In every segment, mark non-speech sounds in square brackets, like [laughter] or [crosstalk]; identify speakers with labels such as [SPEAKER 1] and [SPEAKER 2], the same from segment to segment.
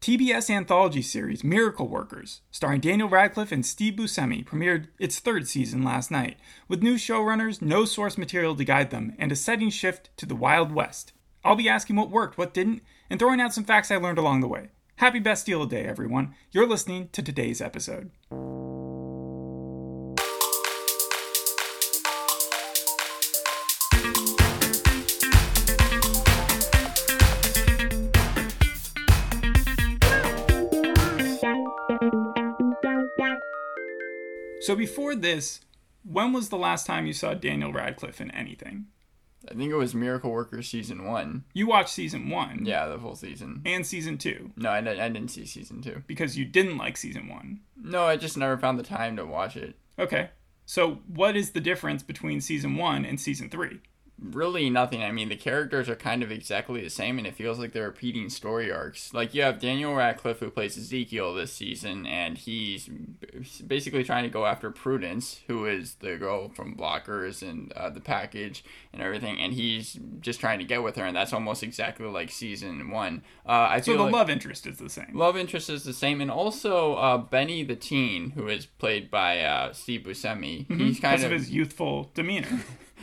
[SPEAKER 1] TBS anthology series Miracle Workers, starring Daniel Radcliffe and Steve Buscemi, premiered its third season last night, with new showrunners, no source material to guide them, and a setting shift to the Wild West. I'll be asking what worked, what didn't, and throwing out some facts I learned along the way. Happy Bastille Day, everyone. You're listening to today's episode. So before this, when was the last time you saw Daniel Radcliffe in anything?
[SPEAKER 2] I think it was Miracle Worker season one.
[SPEAKER 1] You watched season one
[SPEAKER 2] Yeah, the full season.
[SPEAKER 1] and season two
[SPEAKER 2] No, I, di- I didn't see season two.
[SPEAKER 1] because you didn't like season one.
[SPEAKER 2] No, I just never found the time to watch it.
[SPEAKER 1] Okay. So what is the difference between season one and season three?
[SPEAKER 2] Really, nothing. I mean, the characters are kind of exactly the same, and it feels like they're repeating story arcs. Like you have Daniel Radcliffe who plays Ezekiel this season, and he's b- basically trying to go after Prudence, who is the girl from Blockers and uh, the package and everything, and he's just trying to get with her, and that's almost exactly like season one. Uh, I
[SPEAKER 1] So
[SPEAKER 2] feel
[SPEAKER 1] the
[SPEAKER 2] like-
[SPEAKER 1] love interest is the same.
[SPEAKER 2] Love interest is the same, and also uh, Benny the teen, who is played by uh, Steve Buscemi. He's
[SPEAKER 1] Because
[SPEAKER 2] kind
[SPEAKER 1] of
[SPEAKER 2] of,
[SPEAKER 1] Mm-hmm. his youthful
[SPEAKER 2] [laughs]
[SPEAKER 1] demeanor.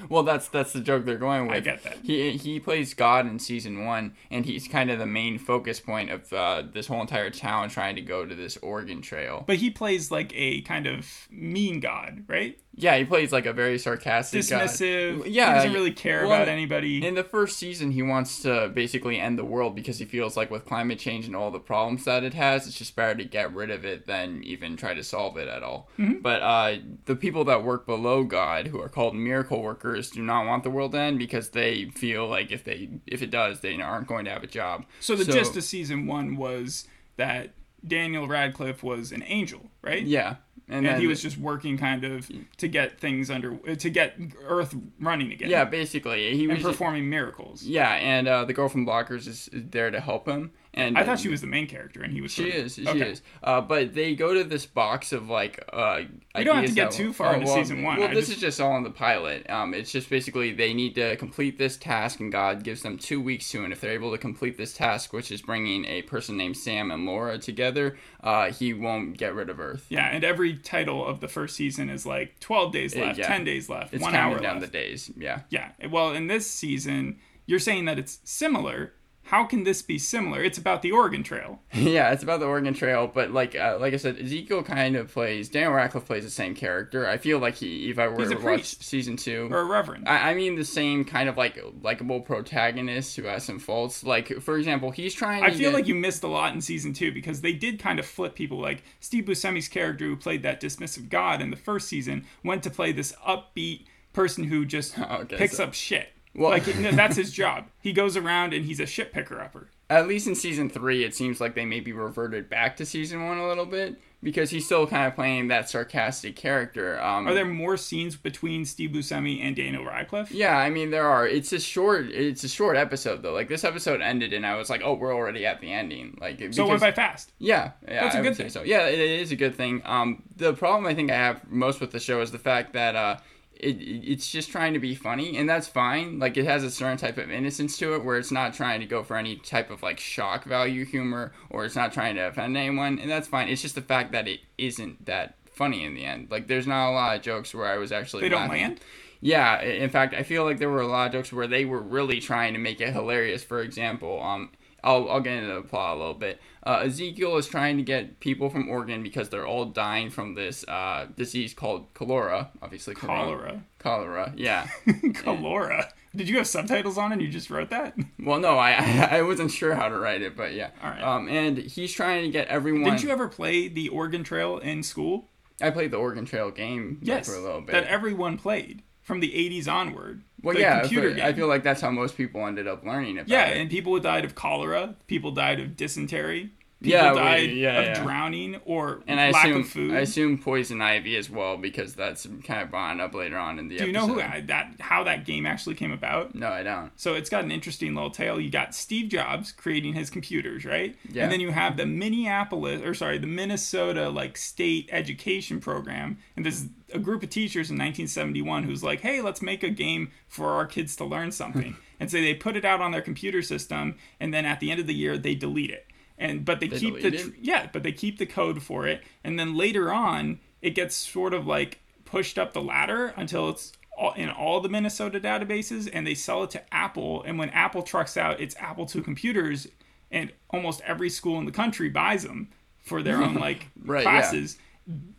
[SPEAKER 2] well. That's that's the joke they're going with.
[SPEAKER 1] get that.
[SPEAKER 2] He he plays God in season one, and he's kind of the main focus point of uh, this whole entire town trying to go to this Oregon Trail.
[SPEAKER 1] But he plays like a kind of mean god, right?
[SPEAKER 2] yeah, he plays like a very sarcastic,
[SPEAKER 1] Dismissive.
[SPEAKER 2] God. Yeah,
[SPEAKER 1] He doesn't really care
[SPEAKER 2] well,
[SPEAKER 1] about anybody.
[SPEAKER 2] In the first season, he wants to basically end the world because he feels like with climate change and all the problems that it has, it's just better to get rid of it than even try to solve it at all.
[SPEAKER 1] Mm-hmm.
[SPEAKER 2] But uh, the people that work below God, who are called miracle workers, do not want the world to end because they feel like if they if it does, they aren't going to have a job.
[SPEAKER 1] so the gist of season one was that Daniel Radcliffe was an angel, right?
[SPEAKER 2] yeah, and,
[SPEAKER 1] And
[SPEAKER 2] then,
[SPEAKER 1] he was just working kind of to get things under, uh, to get Earth running again.
[SPEAKER 2] yeah, basically he
[SPEAKER 1] And
[SPEAKER 2] was
[SPEAKER 1] performing miracles.
[SPEAKER 2] yeah, and uh, the girl from Blockers is, is there to help him. And
[SPEAKER 1] I thought she was the main character, and he was.
[SPEAKER 2] She
[SPEAKER 1] sort of-
[SPEAKER 2] is. She
[SPEAKER 1] Okay.
[SPEAKER 2] is. Uh, but they go to this box of like. Uh,
[SPEAKER 1] We don't have
[SPEAKER 2] ideas
[SPEAKER 1] to get
[SPEAKER 2] that- oh,
[SPEAKER 1] too far into
[SPEAKER 2] well,
[SPEAKER 1] season one.
[SPEAKER 2] Well,
[SPEAKER 1] I
[SPEAKER 2] this
[SPEAKER 1] just-
[SPEAKER 2] is just all in the pilot. Um, it's just basically they need to complete this task, and God gives them two weeks to. And if they're able to complete this task, which is bringing a person named Sam and Laura together, uh, he won't get rid of Earth.
[SPEAKER 1] Yeah, and every title of the first season is like twelve days left,
[SPEAKER 2] Eh, yeah.
[SPEAKER 1] ten days left,
[SPEAKER 2] It's
[SPEAKER 1] one
[SPEAKER 2] counting
[SPEAKER 1] hour
[SPEAKER 2] down
[SPEAKER 1] left.
[SPEAKER 2] the days. Yeah. [laughs]
[SPEAKER 1] Yeah. eh, Well, in this season, you're saying that it's similar. How can this be similar? It's about the Oregon Trail.
[SPEAKER 2] Yeah, it's about the Oregon Trail, but like uh, like I said, Ezekiel kind of plays Daniel Radcliffe plays the same character. I feel like he, if I were
[SPEAKER 1] He's a
[SPEAKER 2] to watch
[SPEAKER 1] priest.
[SPEAKER 2] season two,
[SPEAKER 1] Or a reverend.
[SPEAKER 2] [laughs] I, I mean the same kind of like likable protagonist who has some faults. Like for example, he's trying.
[SPEAKER 1] I
[SPEAKER 2] to
[SPEAKER 1] feel
[SPEAKER 2] get-
[SPEAKER 1] like you missed a lot in season two because they did kind of flip people. Like Steve Buscemi's character, who played that dismissive god in the first season, went to play this upbeat person who just
[SPEAKER 2] [laughs] Okay,
[SPEAKER 1] picks
[SPEAKER 2] so-
[SPEAKER 1] up shit.
[SPEAKER 2] Well-
[SPEAKER 1] like no, that's
[SPEAKER 2] [laughs]
[SPEAKER 1] his job. He goes around and he's a shit picker upper.
[SPEAKER 2] at least in season three, it seems like they maybe reverted back to season one a little bit because he's still kind of playing that sarcastic character. Um,
[SPEAKER 1] Are there more scenes between Steve Buscemi and Daniel Radcliffe?
[SPEAKER 2] Yeah, I mean there are. It's a short. It's a short episode though. Like this episode ended, and I was like, oh, we're already at the ending. Like
[SPEAKER 1] so it went by fast.
[SPEAKER 2] Yeah, yeah,
[SPEAKER 1] That's a
[SPEAKER 2] I
[SPEAKER 1] good
[SPEAKER 2] would say
[SPEAKER 1] thing.
[SPEAKER 2] So yeah, it is a good thing. Um, the problem I think I have most with the show is the fact that uh, it it's just trying to be funny, and that's fine. Like it has a certain type of innocence to it, where it's not trying to go for any type of like shock value humor, or it's not trying to offend anyone, and that's fine. It's just the fact that it isn't that funny in the end. Like there's not a lot of jokes where I was actually
[SPEAKER 1] They don't
[SPEAKER 2] laughing.
[SPEAKER 1] land.
[SPEAKER 2] Yeah, i- in fact, I feel like there were a lot of jokes where they were really trying to make it hilarious. For example, um, I'll, I'll get into the plot a little bit. Uh, Ezekiel is trying to get people from Oregon because they're all dying from this uh, disease called cholera. Obviously, corona-
[SPEAKER 1] Cholera.
[SPEAKER 2] Cholera.
[SPEAKER 1] [laughs]
[SPEAKER 2] [laughs] Yeah.
[SPEAKER 1] Calora. Did you have subtitles on and you just wrote
[SPEAKER 2] [laughs]
[SPEAKER 1] that?
[SPEAKER 2] well, no, I, I [laughs] I wasn't sure how to write it, but yeah.
[SPEAKER 1] All right.
[SPEAKER 2] Um, and he's trying to get everyone.
[SPEAKER 1] Didn't you ever play the Oregon Trail in school?
[SPEAKER 2] I played the Oregon Trail game like,
[SPEAKER 1] Yes.
[SPEAKER 2] for a little bit.
[SPEAKER 1] That everyone played from the 80s onward.
[SPEAKER 2] well,
[SPEAKER 1] The
[SPEAKER 2] yeah,
[SPEAKER 1] computer
[SPEAKER 2] but
[SPEAKER 1] game.
[SPEAKER 2] I feel like that's how most people ended up learning about
[SPEAKER 1] yeah,
[SPEAKER 2] it.
[SPEAKER 1] and people died of cholera. People died of dysentery. People
[SPEAKER 2] Yeah, we-
[SPEAKER 1] died
[SPEAKER 2] yeah,
[SPEAKER 1] of
[SPEAKER 2] yeah.
[SPEAKER 1] drowning or
[SPEAKER 2] and I
[SPEAKER 1] lack
[SPEAKER 2] assume
[SPEAKER 1] of food.
[SPEAKER 2] I assume poison ivy as well because that's kind of brought up later on in the
[SPEAKER 1] Do you
[SPEAKER 2] episode.
[SPEAKER 1] know who that how that game actually came about?
[SPEAKER 2] No, I don't.
[SPEAKER 1] So it's got an interesting little tale. You got Steve Jobs creating his computers, right?
[SPEAKER 2] Yeah.
[SPEAKER 1] And then you have the Minneapolis, or sorry, the Minnesota like state education program, and there's a group of teachers in 1971 who's like, "Hey, let's make a game for our kids to learn something." and so they put it out on their computer system, and then at the end of the year they delete it. and but they,
[SPEAKER 2] They
[SPEAKER 1] keep the
[SPEAKER 2] deleted
[SPEAKER 1] tr-
[SPEAKER 2] it?
[SPEAKER 1] yeah, but they keep the code for it, and then later on it gets sort of like pushed up the ladder until it's all, in all the Minnesota databases, and they sell it to Apple. And when Apple trucks out its Apple II computers, and almost every school in the country buys them for their
[SPEAKER 2] [laughs]
[SPEAKER 1] own like
[SPEAKER 2] Right, yeah.
[SPEAKER 1] classes.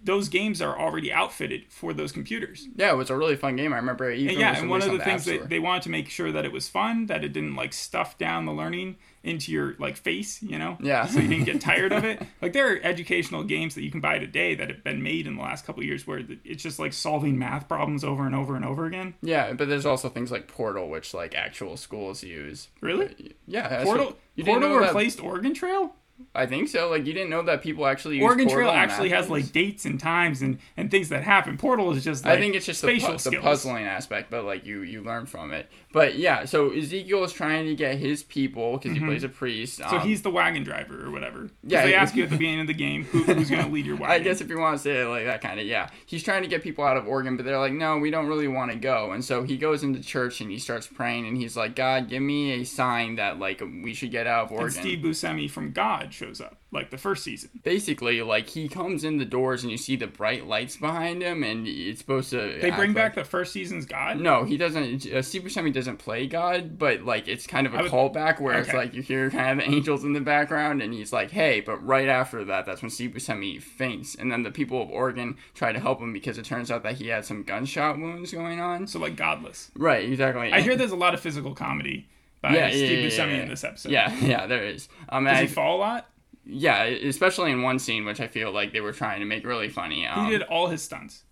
[SPEAKER 1] Those games are already outfitted for those computers.
[SPEAKER 2] Yeah, it was a really fun game. I remember it even
[SPEAKER 1] And yeah,
[SPEAKER 2] was
[SPEAKER 1] and one of
[SPEAKER 2] released
[SPEAKER 1] the
[SPEAKER 2] on
[SPEAKER 1] things
[SPEAKER 2] App
[SPEAKER 1] that
[SPEAKER 2] Store.
[SPEAKER 1] they wanted to make sure that it was fun, that it didn't like stuff down the learning into your like face, you know?
[SPEAKER 2] Yeah.
[SPEAKER 1] So you didn't
[SPEAKER 2] [laughs]
[SPEAKER 1] get tired of it. Like there are educational games that you can buy today that have been made in the last couple of years where the- it's just like solving math problems over and over and over again.
[SPEAKER 2] Yeah, but there's also things like Portal, which like actual schools use.
[SPEAKER 1] Really?
[SPEAKER 2] Yeah, that's
[SPEAKER 1] Portal
[SPEAKER 2] what- you didn't
[SPEAKER 1] Portal
[SPEAKER 2] know that-
[SPEAKER 1] replaced Oregon Trail?
[SPEAKER 2] I think so. Like you didn't know that people actually use
[SPEAKER 1] Oregon
[SPEAKER 2] Portal
[SPEAKER 1] Trail
[SPEAKER 2] in
[SPEAKER 1] actually
[SPEAKER 2] math
[SPEAKER 1] has
[SPEAKER 2] games?
[SPEAKER 1] like dates and times and and things that happen. Portal is just like
[SPEAKER 2] I think it's just the,
[SPEAKER 1] spatial
[SPEAKER 2] pu- the
[SPEAKER 1] skills.
[SPEAKER 2] puzzling aspect, but like you you learn from it. But yeah, so Ezekiel is trying to get his people because he plays a priest.
[SPEAKER 1] Mm-hmm. So
[SPEAKER 2] um,
[SPEAKER 1] he's the wagon driver or whatever. 'Cause
[SPEAKER 2] Yeah,
[SPEAKER 1] they
[SPEAKER 2] it- [laughs]
[SPEAKER 1] ask you at the beginning of the game who, who's going to lead your wagon.
[SPEAKER 2] I guess if you want to say it like that kind of yeah, he's trying to get people out of Oregon, but they're like, no, we don't really want to go, and so he goes into church and he starts praying and he's like, God, give me a sign that like we should get out of Oregon.
[SPEAKER 1] and Steve Buscemi from God shows up, like the first season.
[SPEAKER 2] Basically, like he comes in the doors and you see the bright lights behind him, and it's supposed to.
[SPEAKER 1] They
[SPEAKER 2] act
[SPEAKER 1] bring
[SPEAKER 2] like-
[SPEAKER 1] back the first season's God.
[SPEAKER 2] No, he doesn't. Uh, Steve Buscemi doesn't play God, but like it's kind of a
[SPEAKER 1] I would-
[SPEAKER 2] callback where it's
[SPEAKER 1] okay.
[SPEAKER 2] like you hear kind of the angels in the background, and he's like, "Hey!" But right after that, that's when Steve Buscemi faints, and then the people of Oregon try to help him because it turns out that he had some gunshot wounds going on.
[SPEAKER 1] So like godless.
[SPEAKER 2] Right, exactly.
[SPEAKER 1] I hear there's a lot of physical comedy by
[SPEAKER 2] Yeah, yeah,
[SPEAKER 1] Steve
[SPEAKER 2] yeah,
[SPEAKER 1] Buscemi
[SPEAKER 2] yeah.
[SPEAKER 1] in this episode.
[SPEAKER 2] Yeah, [laughs] yeah, there is. Um, and
[SPEAKER 1] Does he
[SPEAKER 2] I-
[SPEAKER 1] fall a lot?
[SPEAKER 2] yeah, e, especially in one scene, which I feel like they were trying to make really funny. Um,
[SPEAKER 1] He did all his stunts.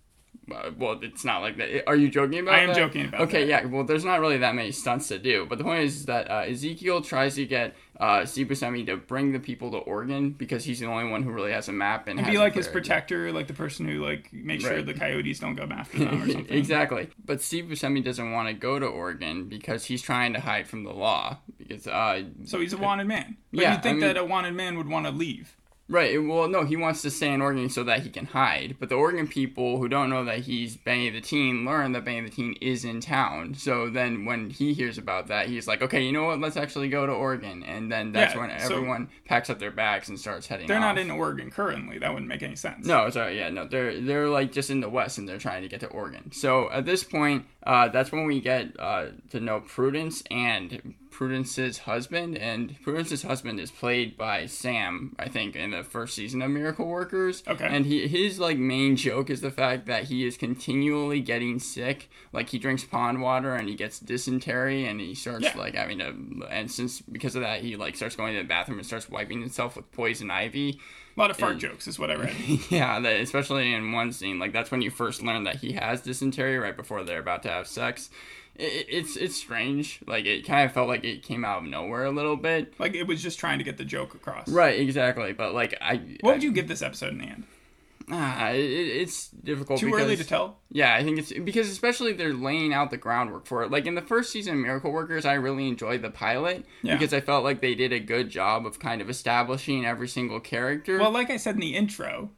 [SPEAKER 2] Uh, well, it's not like that. Are you joking about
[SPEAKER 1] I am
[SPEAKER 2] that?
[SPEAKER 1] joking about
[SPEAKER 2] Okay,
[SPEAKER 1] that.
[SPEAKER 2] yeah. Well, there's not really that many stunts to do. But the point is that uh, Ezekiel tries to get uh, Steve Buscemi to bring the people to Oregon because he's the only one who really has a map and,
[SPEAKER 1] He'd
[SPEAKER 2] has
[SPEAKER 1] be
[SPEAKER 2] a
[SPEAKER 1] like his
[SPEAKER 2] clear-
[SPEAKER 1] protector, like the person who like makes sure
[SPEAKER 2] Right.
[SPEAKER 1] the coyotes don't come after them
[SPEAKER 2] [laughs]
[SPEAKER 1] or something.
[SPEAKER 2] exactly. But Steve Buscemi doesn't want to go to Oregon because he's trying to hide from the law. Because uh,
[SPEAKER 1] So he's a wanted man. But
[SPEAKER 2] Yeah,
[SPEAKER 1] you'd think
[SPEAKER 2] I mean-
[SPEAKER 1] that a wanted man would want to leave.
[SPEAKER 2] Right. Well, no, he wants to stay in Oregon so that he can hide. But the Oregon people who don't know that he's Benny the Teen learn that Benny the Teen is in town. So then when he hears about that, he's like, okay, you know what? Let's actually go to Oregon. And then that's
[SPEAKER 1] Yeah,
[SPEAKER 2] when
[SPEAKER 1] so-
[SPEAKER 2] everyone packs up their bags and starts heading
[SPEAKER 1] They're not
[SPEAKER 2] off.
[SPEAKER 1] in Oregon currently. That wouldn't make any sense.
[SPEAKER 2] No, sorry, yeah, no, they're they're like just in the west and they're trying to get to Oregon. So at this point, uh, that's when we get uh, to know Prudence and Prudence's husband, and Prudence's husband is played by Sam, I think, in the first season of Miracle Workers.
[SPEAKER 1] Okay.
[SPEAKER 2] and he his like main joke is the fact that he is continually getting sick. Like he drinks pond water and he gets dysentery and he starts
[SPEAKER 1] Yeah.
[SPEAKER 2] like having to, and since because of that he like starts going to the bathroom and starts wiping himself with poison ivy.
[SPEAKER 1] A lot of fart jokes is what I read.
[SPEAKER 2] [laughs] Yeah, that, especially in one scene, like that's when you first learn that he has dysentery right before they're about to have sex. I- I it's it's strange. Like it kind of felt like it came out of nowhere a little bit.
[SPEAKER 1] like it was just trying to get the joke across.
[SPEAKER 2] Right, exactly. But like I,
[SPEAKER 1] What would you give this episode in the end?
[SPEAKER 2] Ah, it, it- it's difficult.
[SPEAKER 1] Too
[SPEAKER 2] because,
[SPEAKER 1] early to tell.
[SPEAKER 2] Yeah, I think it's because especially they're laying out the groundwork for it. Like in the first season of Miracle Workers, I really enjoyed the pilot
[SPEAKER 1] Yeah.
[SPEAKER 2] because I felt like they did a good job of kind of establishing every single character.
[SPEAKER 1] Well, like I said in the intro,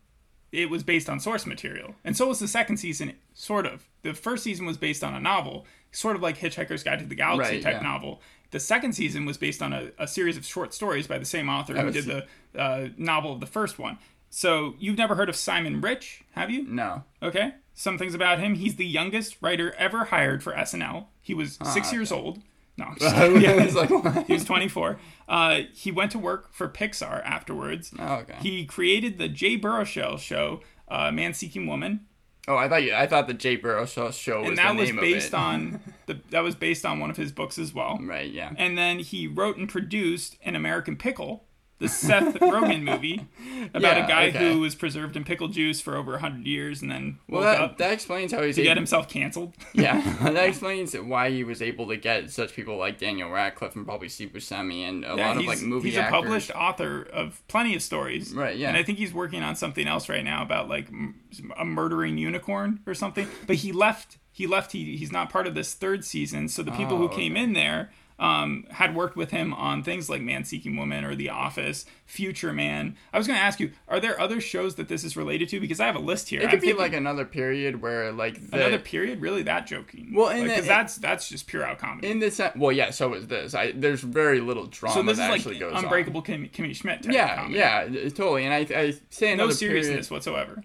[SPEAKER 1] it was based on source material, and so was the second season, sort of. The first season was based on a novel, sort of like Hitchhiker's Guide to the Galaxy
[SPEAKER 2] Right,
[SPEAKER 1] type
[SPEAKER 2] yeah.
[SPEAKER 1] novel. The second season was based on a, a series of short stories by the same author who
[SPEAKER 2] was-
[SPEAKER 1] did the uh, novel of the first one. So you've never heard of Simon Rich, have you?
[SPEAKER 2] no.
[SPEAKER 1] Okay. Some things about him. He's the youngest writer ever hired for SNL. He was six years old. No,
[SPEAKER 2] [laughs]
[SPEAKER 1] I'm just-
[SPEAKER 2] Ah, yeah, it's like
[SPEAKER 1] [laughs]
[SPEAKER 2] what?
[SPEAKER 1] He was 24. Uh, he went to work for Pixar afterwards.
[SPEAKER 2] Oh, okay.
[SPEAKER 1] He created the Jay Baruchel show, uh, Man Seeking Woman,
[SPEAKER 2] Oh, I thought you, I thought the Jay Baruchel show was
[SPEAKER 1] and that
[SPEAKER 2] the
[SPEAKER 1] was
[SPEAKER 2] name
[SPEAKER 1] based
[SPEAKER 2] of it. [laughs]
[SPEAKER 1] on the that was based on one of his books as well.
[SPEAKER 2] right, yeah.
[SPEAKER 1] And then he wrote and produced An American Pickle, the
[SPEAKER 2] [laughs]
[SPEAKER 1] Seth Rogen movie about
[SPEAKER 2] Yeah,
[SPEAKER 1] a guy
[SPEAKER 2] okay.
[SPEAKER 1] who was preserved in pickle juice for over 100 years and then
[SPEAKER 2] well,
[SPEAKER 1] woke
[SPEAKER 2] that,
[SPEAKER 1] up
[SPEAKER 2] that explains how he's
[SPEAKER 1] to get
[SPEAKER 2] able,
[SPEAKER 1] himself canceled.
[SPEAKER 2] [laughs]
[SPEAKER 1] [laughs]
[SPEAKER 2] yeah, that explains why he was able to get such people like Daniel Radcliffe and probably Steve Buscemi and a lot of like movie
[SPEAKER 1] he's
[SPEAKER 2] actors.
[SPEAKER 1] a published author of plenty of stories
[SPEAKER 2] Right, yeah.
[SPEAKER 1] and i think he's working on something else right now about like m- a murdering unicorn or something but he left he left he, he's not part of this third season so the people
[SPEAKER 2] Oh,
[SPEAKER 1] who came in there um, had worked with him on things like Man Seeking Woman or The Office, Future Man. I was going to ask you, are there other shows that this is related to? Because I have a list here.
[SPEAKER 2] It could
[SPEAKER 1] I'm
[SPEAKER 2] be
[SPEAKER 1] thinking-
[SPEAKER 2] like another period where like the,
[SPEAKER 1] another period. Really, that joking?
[SPEAKER 2] Well, and
[SPEAKER 1] because
[SPEAKER 2] the-
[SPEAKER 1] that's that's just pure out comedy.
[SPEAKER 2] in this well yeah so is this I there's very little drama
[SPEAKER 1] so this is
[SPEAKER 2] that
[SPEAKER 1] like
[SPEAKER 2] actually goes on.
[SPEAKER 1] Unbreakable Kimmy, Kimmy Schmidt type
[SPEAKER 2] Yeah,
[SPEAKER 1] comedy.
[SPEAKER 2] yeah, totally. And I, I say
[SPEAKER 1] No
[SPEAKER 2] another
[SPEAKER 1] seriousness
[SPEAKER 2] Period,
[SPEAKER 1] whatsoever.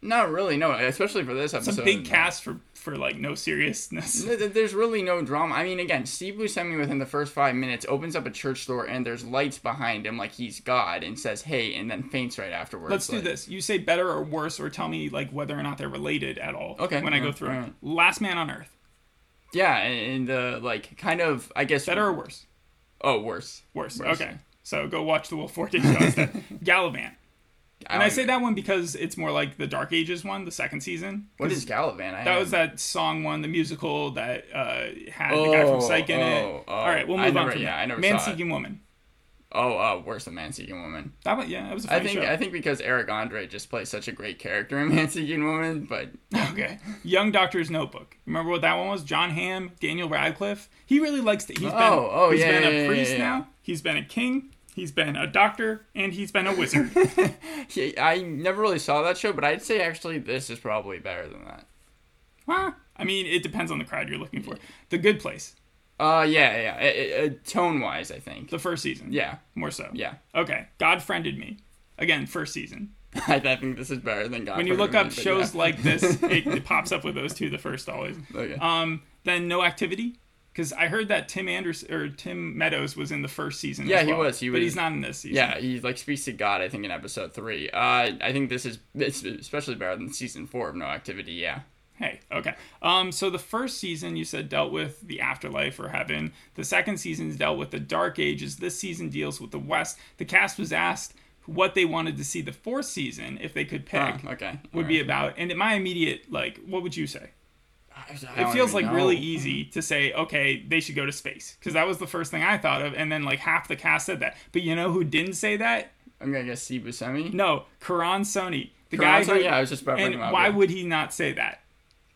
[SPEAKER 2] not really. No, especially for this episode.
[SPEAKER 1] Some big
[SPEAKER 2] no.
[SPEAKER 1] cast for for like no seriousness.
[SPEAKER 2] Th- th- There's really no drama. I mean, again, Steve Buscemi within the first five minutes opens up a church door and there's lights behind him like he's God and says hey and then faints right
[SPEAKER 1] [laughs]
[SPEAKER 2] afterwards.
[SPEAKER 1] Let's do
[SPEAKER 2] Like,
[SPEAKER 1] this. You say better or worse, or tell me like whether or not they're related at all.
[SPEAKER 2] Okay,
[SPEAKER 1] When I go
[SPEAKER 2] alright,
[SPEAKER 1] through it.
[SPEAKER 2] alright.
[SPEAKER 1] Last Man on Earth.
[SPEAKER 2] Yeah, and, and the like kind of I guess
[SPEAKER 1] Better or worse?
[SPEAKER 2] Oh, worse.
[SPEAKER 1] Worse.
[SPEAKER 2] Worse.
[SPEAKER 1] Okay. So go watch the Will Forte show
[SPEAKER 2] [laughs]
[SPEAKER 1] instead. Gallivant. And I
[SPEAKER 2] don't
[SPEAKER 1] say
[SPEAKER 2] know.
[SPEAKER 1] that one because it's more like the Dark Ages one, the second season.
[SPEAKER 2] What is Galavan? I
[SPEAKER 1] That was
[SPEAKER 2] haven't-
[SPEAKER 1] that song one, the musical that uh, had the guy from
[SPEAKER 2] Oh,
[SPEAKER 1] Psych in it.
[SPEAKER 2] oh, oh.
[SPEAKER 1] All right, we'll
[SPEAKER 2] I
[SPEAKER 1] move on
[SPEAKER 2] never-
[SPEAKER 1] from
[SPEAKER 2] yeah,
[SPEAKER 1] that.
[SPEAKER 2] I never
[SPEAKER 1] Man
[SPEAKER 2] saw it.
[SPEAKER 1] Seeking Woman.
[SPEAKER 2] Oh, uh, worse than Man Seeking Woman.
[SPEAKER 1] That one, yeah, that was a
[SPEAKER 2] I
[SPEAKER 1] funny
[SPEAKER 2] think
[SPEAKER 1] show.
[SPEAKER 2] I think because Eric Andre just plays such a great character [laughs] in Man Seeking Woman, but
[SPEAKER 1] Okay. Young Doctor's Notebook. Remember what that one was? John Hamm, Daniel Radcliffe. He really likes to. He's been,
[SPEAKER 2] Oh, oh,
[SPEAKER 1] he's
[SPEAKER 2] yeah,
[SPEAKER 1] been
[SPEAKER 2] yeah,
[SPEAKER 1] a
[SPEAKER 2] yeah,
[SPEAKER 1] priest
[SPEAKER 2] yeah, yeah.
[SPEAKER 1] now. He's been a king. He's been a doctor, and he's been a
[SPEAKER 2] [laughs]
[SPEAKER 1] wizard.
[SPEAKER 2] he, I never really saw that show. But I'd say actually this is probably better than that.
[SPEAKER 1] Huh? I mean, it depends on the crowd you're looking for. The Good Place,
[SPEAKER 2] Uh, yeah, yeah. tone wise, I think.
[SPEAKER 1] the first season.
[SPEAKER 2] Yeah,
[SPEAKER 1] More so.
[SPEAKER 2] yeah.
[SPEAKER 1] Okay. God friended me. Again, first season.
[SPEAKER 2] I, I think this is better than God.
[SPEAKER 1] When you look
[SPEAKER 2] Forgive
[SPEAKER 1] up
[SPEAKER 2] Me, but
[SPEAKER 1] shows
[SPEAKER 2] yeah.
[SPEAKER 1] like
[SPEAKER 2] [laughs]
[SPEAKER 1] this, it, it pops up with those two. The first always.
[SPEAKER 2] Okay.
[SPEAKER 1] Um. Then no activity. Because I heard that Tim Anders or Tim Meadows was in the first season.
[SPEAKER 2] Yeah,
[SPEAKER 1] as
[SPEAKER 2] he
[SPEAKER 1] well,
[SPEAKER 2] was, he
[SPEAKER 1] But
[SPEAKER 2] was.
[SPEAKER 1] he's not in this season.
[SPEAKER 2] yeah, he like speaks to God. I think in episode three. Uh, I think this is it's especially better than season four of No Activity. Yeah.
[SPEAKER 1] Hey, okay. Um, so the first season you said dealt with the afterlife or heaven. The second season's dealt with the dark ages. This season deals with the West. The cast was asked what they wanted to see the fourth season, if they could pick,
[SPEAKER 2] Huh, okay.
[SPEAKER 1] Ah, would be about. And my immediate like, what would you say? It
[SPEAKER 2] It
[SPEAKER 1] feels like really e- easy to say, okay, they should go to space because that was the first thing I thought of, and then like half the cast said that. But you know who didn't say that?
[SPEAKER 2] I'm gonna guess Steve Buscemi.
[SPEAKER 1] No, Karan Sony, the guy
[SPEAKER 2] Karan
[SPEAKER 1] who.
[SPEAKER 2] Sony? yeah, I was just about to bring
[SPEAKER 1] and
[SPEAKER 2] him up.
[SPEAKER 1] why
[SPEAKER 2] yeah.
[SPEAKER 1] would he not say that?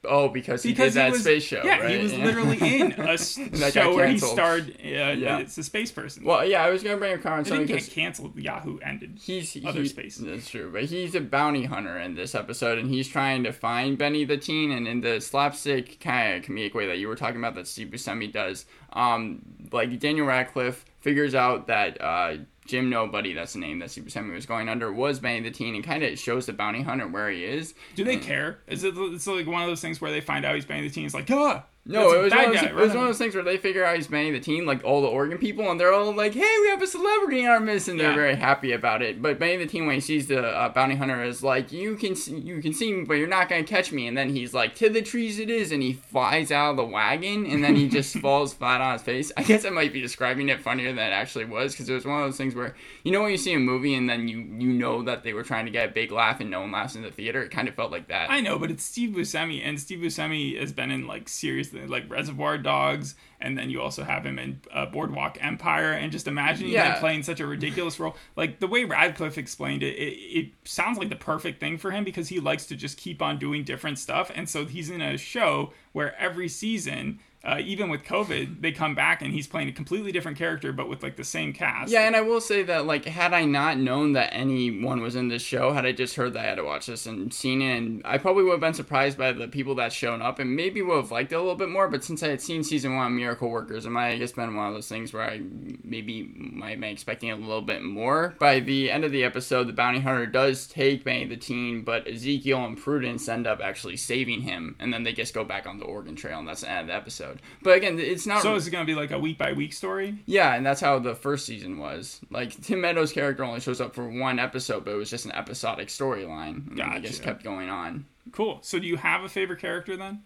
[SPEAKER 2] Oh, because he
[SPEAKER 1] because
[SPEAKER 2] did that
[SPEAKER 1] he was,
[SPEAKER 2] space show.
[SPEAKER 1] Yeah,
[SPEAKER 2] right?
[SPEAKER 1] he was
[SPEAKER 2] [laughs]
[SPEAKER 1] literally in a s-
[SPEAKER 2] got
[SPEAKER 1] show where he
[SPEAKER 2] canceled.
[SPEAKER 1] starred. Uh, yeah. it's a space person. Well,
[SPEAKER 2] Well, yeah, I was gonna bring up Karan
[SPEAKER 1] I
[SPEAKER 2] Sony
[SPEAKER 1] think it
[SPEAKER 2] because
[SPEAKER 1] canceled. Yahoo
[SPEAKER 2] [laughs]
[SPEAKER 1] ended.
[SPEAKER 2] he's he,
[SPEAKER 1] other space.
[SPEAKER 2] That's true, but he's a bounty hunter in this episode, and he's trying to find Benny the Teen, and in the slapstick kind of comedic way that you were talking about that Steve Buscemi does, um, like Daniel Radcliffe figures out that uh, Jim Nobody, that's the name that Steve Buscemi was going under, was Benny the Teen, and kind of shows the bounty hunter where he is.
[SPEAKER 1] Do they care? Is it? It's like one of those things where they find out he's banging the teen. He's like, ah,
[SPEAKER 2] No,
[SPEAKER 1] that's a
[SPEAKER 2] it was,
[SPEAKER 1] bad
[SPEAKER 2] one of, those,
[SPEAKER 1] guy,
[SPEAKER 2] it was
[SPEAKER 1] right?
[SPEAKER 2] one of those things where they figure out he's manning the team, like all the Oregon people, and they're all like, "Hey, we have a celebrity in our midst," and they're
[SPEAKER 1] Yeah.
[SPEAKER 2] very happy about it. But manning the team when he sees the uh, bounty hunter is like, "You can see, you can see me, but you're not gonna catch me." And then he's like, "To the trees it is," and he flies out of the wagon, and then
[SPEAKER 1] [laughs]
[SPEAKER 2] he just falls flat on his face. I guess I might be describing it funnier than it actually was because it was one of those things where you know when you see a movie and then you you know that they were trying to get a big laugh and no one laughs in the theater. It kind of felt like that.
[SPEAKER 1] I know, but it's Steve Buscemi, and Steve Buscemi has been in like serious, like Reservoir Dogs, and then you also have him in uh, Boardwalk Empire, and just imagining him
[SPEAKER 2] Yeah.
[SPEAKER 1] playing such a ridiculous role, like the way Radcliffe explained it, it, it sounds like the perfect thing for him because he likes to just keep on doing different stuff, and so he's in a show where every season. Uh, even with COVID, they come back and he's playing a completely different character, but with like the same cast.
[SPEAKER 2] Yeah, and I will say that like had I not known that anyone was in this show, had I just heard that I had to watch this and seen it, and I probably would have been surprised by the people that shown up and maybe would have liked it a little bit more. But since I had seen season one of Miracle Workers, it might have just been one of those things where I maybe might have been expecting a little bit more. By the end of the episode, the bounty hunter does take Benny the Teen, but Ezekiel and Prudence end up actually saving him, and then they just go back on the Oregon Trail, and that's the end of the episode. But again, it's not
[SPEAKER 1] So is it going to be like a week by week story?
[SPEAKER 2] yeah, and that's how the first season was. Like Tim Meadows' character only shows up for one episode, but it was just an episodic storyline. and
[SPEAKER 1] Gotcha.
[SPEAKER 2] It just kept going on.
[SPEAKER 1] Cool. So do you have a favorite character then?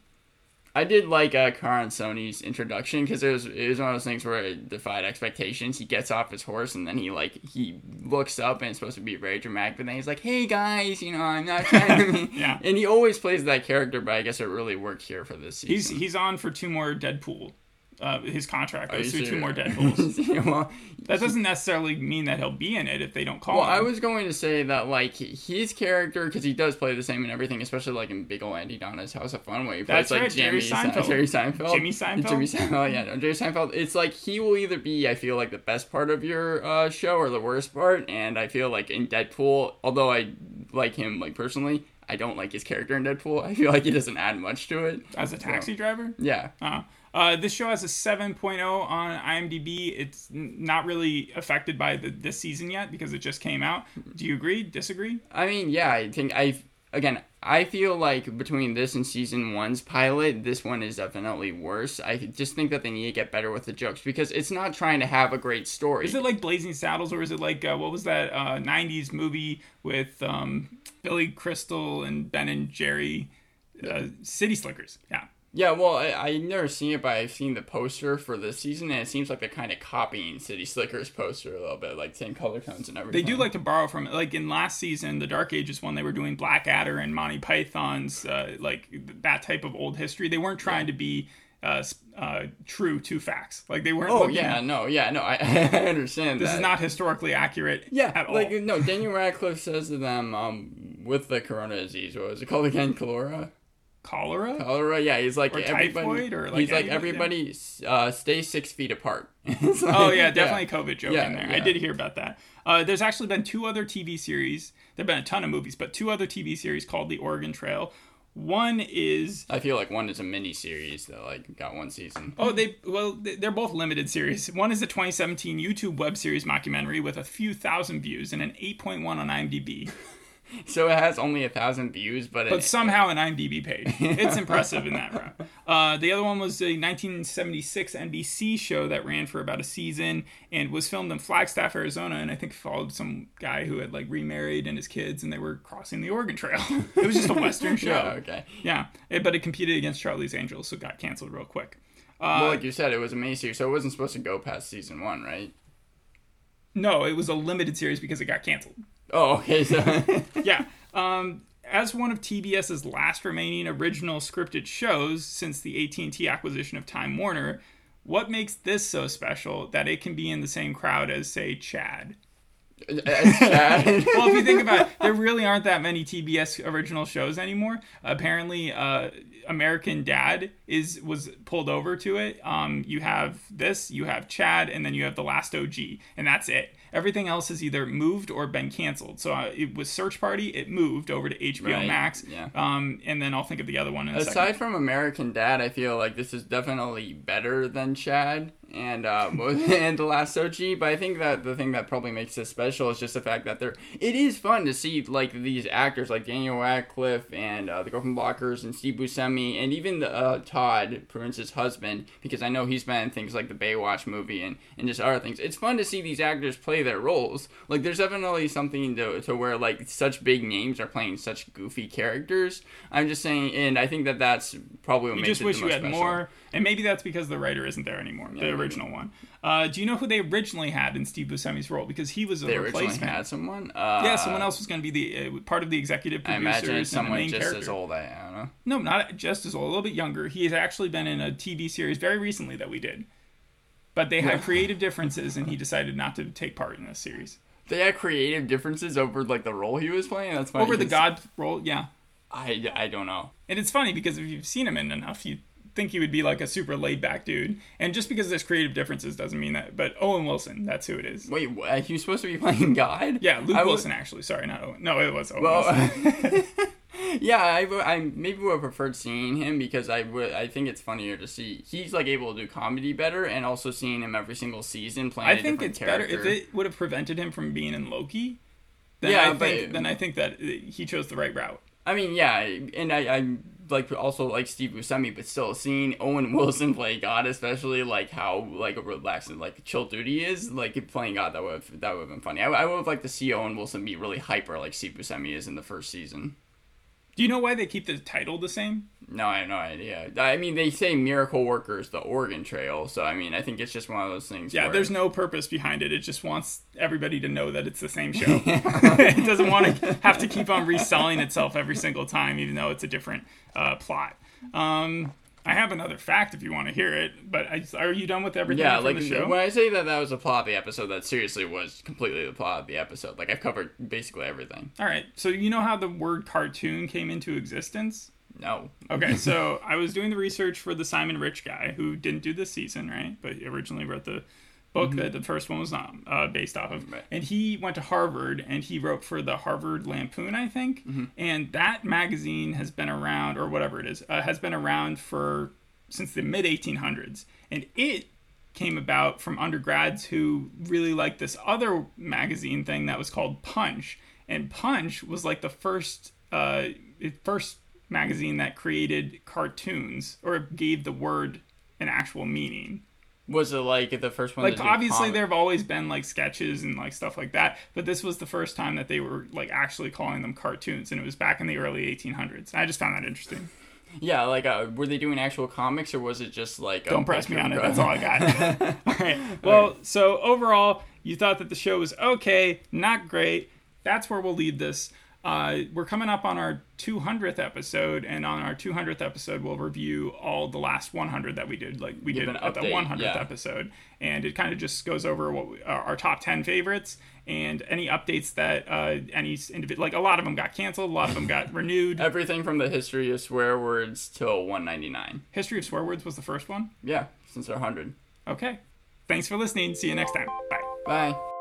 [SPEAKER 2] I did like uh, Karan Sony's introduction because it was it was one of those things where it defied expectations. He gets off his horse and then he like he looks up and it's supposed to be very dramatic, but then he's like, "Hey guys, you know I'm
[SPEAKER 1] [laughs]
[SPEAKER 2] not trying to." be-"
[SPEAKER 1] Yeah.
[SPEAKER 2] And he always plays that character, but I guess it really worked here for this season.
[SPEAKER 1] He's he's on for two more Deadpool uh, his contract
[SPEAKER 2] Are
[SPEAKER 1] goes
[SPEAKER 2] you
[SPEAKER 1] through two
[SPEAKER 2] serious?
[SPEAKER 1] more
[SPEAKER 2] [laughs]
[SPEAKER 1] Deadpools.
[SPEAKER 2] well,
[SPEAKER 1] that doesn't necessarily mean that he'll be in it if they don't call
[SPEAKER 2] well,
[SPEAKER 1] him.
[SPEAKER 2] I was going to say that like his character, because he does play the same in everything, especially like in Big Ol' Andy Donna's House of Fun, where he
[SPEAKER 1] That's
[SPEAKER 2] plays like
[SPEAKER 1] right, Jerry
[SPEAKER 2] Jerry, Sein-
[SPEAKER 1] Seinfeld.
[SPEAKER 2] Jerry Seinfeld,
[SPEAKER 1] Jimmy Seinfeld?
[SPEAKER 2] Jimmy Seinfeld. Yeah, no, Jerry Seinfeld. It's like he will either be, I feel like, the best part of your uh, show or the worst part, and I feel like in Deadpool, although I like him like personally. I don't like his character in Deadpool. I feel like he doesn't add much to it.
[SPEAKER 1] as a taxi driver.
[SPEAKER 2] Yeah.
[SPEAKER 1] Uh, uh, this show has a 7.0 on IMDb. It's n- not really affected by the, this season yet because it just came out. Do you agree? Disagree?
[SPEAKER 2] I mean, yeah, I think I again, I feel like between this and season one's pilot, this one is definitely worse. I just think that they need to get better with the jokes because it's not trying to have a great story.
[SPEAKER 1] Is it like Blazing Saddles or is it like uh, what was that uh, 90s movie with um, Billy Crystal and Ben and Jerry? Uh, City Slickers. Yeah.
[SPEAKER 2] yeah, well, I, I never seen it, but I've seen the poster for this season, and it seems like they're kind of copying City Slickers poster a little bit, like same color tones and
[SPEAKER 1] They
[SPEAKER 2] everything.
[SPEAKER 1] do like to borrow from it. Like in last season, the Dark Ages one, they were doing Blackadder and Monty Python's, uh, like that type of old history. They weren't trying to be uh, s- uh, true to facts. Like they weren't.
[SPEAKER 2] Oh
[SPEAKER 1] looking
[SPEAKER 2] yeah, no, yeah, no, I, [laughs] I understand
[SPEAKER 1] This
[SPEAKER 2] that.
[SPEAKER 1] is not historically accurate
[SPEAKER 2] Yeah,
[SPEAKER 1] at all.
[SPEAKER 2] like no, Daniel Radcliffe says to them, um, with the corona disease, what was it called again? Cholera.
[SPEAKER 1] Cholera?
[SPEAKER 2] Cholera, Oh, yeah, he's like
[SPEAKER 1] Or
[SPEAKER 2] everybody.
[SPEAKER 1] typhoid or, like,
[SPEAKER 2] he's like
[SPEAKER 1] anybody,
[SPEAKER 2] everybody uh, stay six feet apart. [laughs] It's like-
[SPEAKER 1] Oh yeah, definitely COVID joke
[SPEAKER 2] Yeah,
[SPEAKER 1] in there. I
[SPEAKER 2] yeah.
[SPEAKER 1] did hear about that. Uh, there's actually been two other TV series. There've been a ton of movies, but two other TV series called The Oregon Trail. One is
[SPEAKER 2] I feel like one is a mini series that like got one season.
[SPEAKER 1] oh they well they- they're both limited series. One is a 2017 YouTube web series mockumentary with a few thousand views and an 8.1 on IMDb,
[SPEAKER 2] So it has only a thousand views, but,
[SPEAKER 1] but
[SPEAKER 2] it,
[SPEAKER 1] somehow an IMDb page. It's impressive in that round. Uh, the other one was a 1976 NBC show that ran for about a season and was filmed in Flagstaff, Arizona, and I think followed some guy who had like remarried and his kids, and they were crossing the Oregon Trail. [laughs] it was just a Western show.
[SPEAKER 2] [laughs] yeah, okay.
[SPEAKER 1] Yeah, it- but it competed against Charlie's Angels, so it got canceled real quick. Uh,
[SPEAKER 2] well, like you said, it was a mini series, so it wasn't supposed to go past season one, right?
[SPEAKER 1] No, it was a limited series because it got canceled.
[SPEAKER 2] Oh, okay.
[SPEAKER 1] [laughs]
[SPEAKER 2] So [laughs]
[SPEAKER 1] yeah. Um, as one of TBS's last remaining original scripted shows since the AT&T acquisition of Time Warner, what makes this so special that it can be in the same crowd as, say, Chad?
[SPEAKER 2] It's sad.
[SPEAKER 1] well, if you think about it, there really aren't that many TBS original shows anymore. Apparently, uh, American Dad is was pulled over to it. Um, you have this, you have Chad, and then you have The Last OG, and that's it. Everything else is either moved or been canceled. So uh, it was Search Party. It moved over to HBO
[SPEAKER 2] Right,
[SPEAKER 1] Max.
[SPEAKER 2] yeah.
[SPEAKER 1] Um, and then I'll think of the other one in a second.
[SPEAKER 2] Aside from American Dad, I feel like this is definitely better than Chad and uh, [laughs] mo- and the last OG. But I think that the thing that probably makes this special is just the fact that they're. It is fun to see like these actors like Daniel Radcliffe and uh, the Golden Blockers and Steve Buscemi and even the, uh, Todd Prudence's husband because I know he's been in things like the Baywatch movie and and just other things. It's fun to see these actors play their roles. Like there's definitely something to to where like such big names are playing such goofy characters. I'm just saying, and I think that that's probably what
[SPEAKER 1] You
[SPEAKER 2] makes
[SPEAKER 1] just
[SPEAKER 2] it
[SPEAKER 1] wish
[SPEAKER 2] the
[SPEAKER 1] you
[SPEAKER 2] most
[SPEAKER 1] had
[SPEAKER 2] special.
[SPEAKER 1] more, and maybe that's because the writer isn't there anymore, the original one. Uh, do you know who they originally had in Steve Buscemi's role? Because he was a
[SPEAKER 2] They originally
[SPEAKER 1] replacement.
[SPEAKER 2] had someone. Uh,
[SPEAKER 1] Yeah, someone else was going to be the uh, part of the executive
[SPEAKER 2] I
[SPEAKER 1] producers
[SPEAKER 2] imagine
[SPEAKER 1] and the
[SPEAKER 2] someone
[SPEAKER 1] main
[SPEAKER 2] just
[SPEAKER 1] character.
[SPEAKER 2] as old. I, I don't know.
[SPEAKER 1] No, not just as old, a little bit younger. He has actually been in a TV series very recently that we did, but they had creative differences, and he decided not to take part in this series
[SPEAKER 2] They had creative differences over like the role he was playing. That's funny.
[SPEAKER 1] over the
[SPEAKER 2] 'cause
[SPEAKER 1] God role. Yeah,
[SPEAKER 2] I, I don't know.
[SPEAKER 1] and it's funny because if you've seen him in enough, you think he would be like a super laid back dude. And just because there's creative differences doesn't mean that. But Owen Wilson, that's who it is.
[SPEAKER 2] Wait, what? he was supposed to be playing God?
[SPEAKER 1] Yeah, Luke
[SPEAKER 2] I was-
[SPEAKER 1] Wilson actually. Sorry, not Owen. No, it was Owen. Wilson. [laughs]
[SPEAKER 2] Well, [laughs] yeah, I, w- I maybe would have preferred seeing him because I would I think it's funnier to see he's like able to do comedy better and also seeing him every single season playing.
[SPEAKER 1] I
[SPEAKER 2] a
[SPEAKER 1] think
[SPEAKER 2] different
[SPEAKER 1] it's
[SPEAKER 2] character.
[SPEAKER 1] better if it would have prevented him from being in Loki. Then
[SPEAKER 2] Yeah,
[SPEAKER 1] I think
[SPEAKER 2] but-
[SPEAKER 1] then I think that uh, he chose the right route.
[SPEAKER 2] I mean, yeah, and I, I like also like Steve Buscemi, but still seeing Owen [laughs] Wilson play God, especially like how like relaxed and like chill dude he is, like playing God, that would that would have been funny. I, I would have liked to see Owen Wilson be really hyper like Steve Buscemi is in the first season.
[SPEAKER 1] Do you know why they keep the title the same?
[SPEAKER 2] No, I have no idea. I mean, they say miracle workers, the Oregon Trail, so I mean, I think it's just one of those things.
[SPEAKER 1] Yeah,
[SPEAKER 2] where-
[SPEAKER 1] there's no purpose behind it. It just wants everybody to know that it's the same
[SPEAKER 2] [laughs]
[SPEAKER 1] show. [laughs] it doesn't want to have to keep on reselling itself every single time, even though it's a different uh, plot. Um, I have another fact if you want to hear it, but I, are you done with everything
[SPEAKER 2] Yeah,
[SPEAKER 1] from
[SPEAKER 2] like
[SPEAKER 1] the show?
[SPEAKER 2] when I say that that was the plot of the episode, that seriously was completely the plot of the episode. Like I've covered basically everything.
[SPEAKER 1] All right. So you know how the word cartoon came into existence?
[SPEAKER 2] No.
[SPEAKER 1] Okay, so I was doing the research for the Simon Rich guy who didn't do this season, right? But he originally wrote the book that the first one was not uh, based off of.
[SPEAKER 2] Right.
[SPEAKER 1] And he went to Harvard and he wrote for the Harvard Lampoon, I think. And that magazine has been around, or whatever it is, uh, has been around for since the mid 1800s. And it came about from undergrads who really liked this other magazine thing that was called Punch. And Punch was like the first uh it- first magazine that created cartoons or gave the word an actual meaning.
[SPEAKER 2] Was it like the first one?
[SPEAKER 1] Like
[SPEAKER 2] that did
[SPEAKER 1] obviously
[SPEAKER 2] comic-
[SPEAKER 1] there have always been like sketches and like stuff like that, but this was the first time that they were like actually calling them cartoons and it was back in the early 1800s. I just found that interesting.
[SPEAKER 2] Yeah, like uh, were they doing actual comics or was it just like?
[SPEAKER 1] Don't press me on it. That's all I got. all right. Well, so overall, you thought that the show was okay, not great. That's where we'll leave this. Uh, we're coming up on our 200th episode, and on our 200th episode, we'll review all the last 100 that we did. Like we did
[SPEAKER 2] an
[SPEAKER 1] at the
[SPEAKER 2] update,
[SPEAKER 1] 100th
[SPEAKER 2] yeah.
[SPEAKER 1] episode, and it kind of just goes over what we, our, our top 10 favorites and any updates that uh, any individual. Like a lot of them got canceled, a lot of them got [laughs] renewed.
[SPEAKER 2] [laughs] Everything from the history of swear words till 199.
[SPEAKER 1] History of swear words was the first one.
[SPEAKER 2] Yeah, since they're 100.
[SPEAKER 1] Okay. Thanks for listening. See you next time. Bye.
[SPEAKER 2] Bye.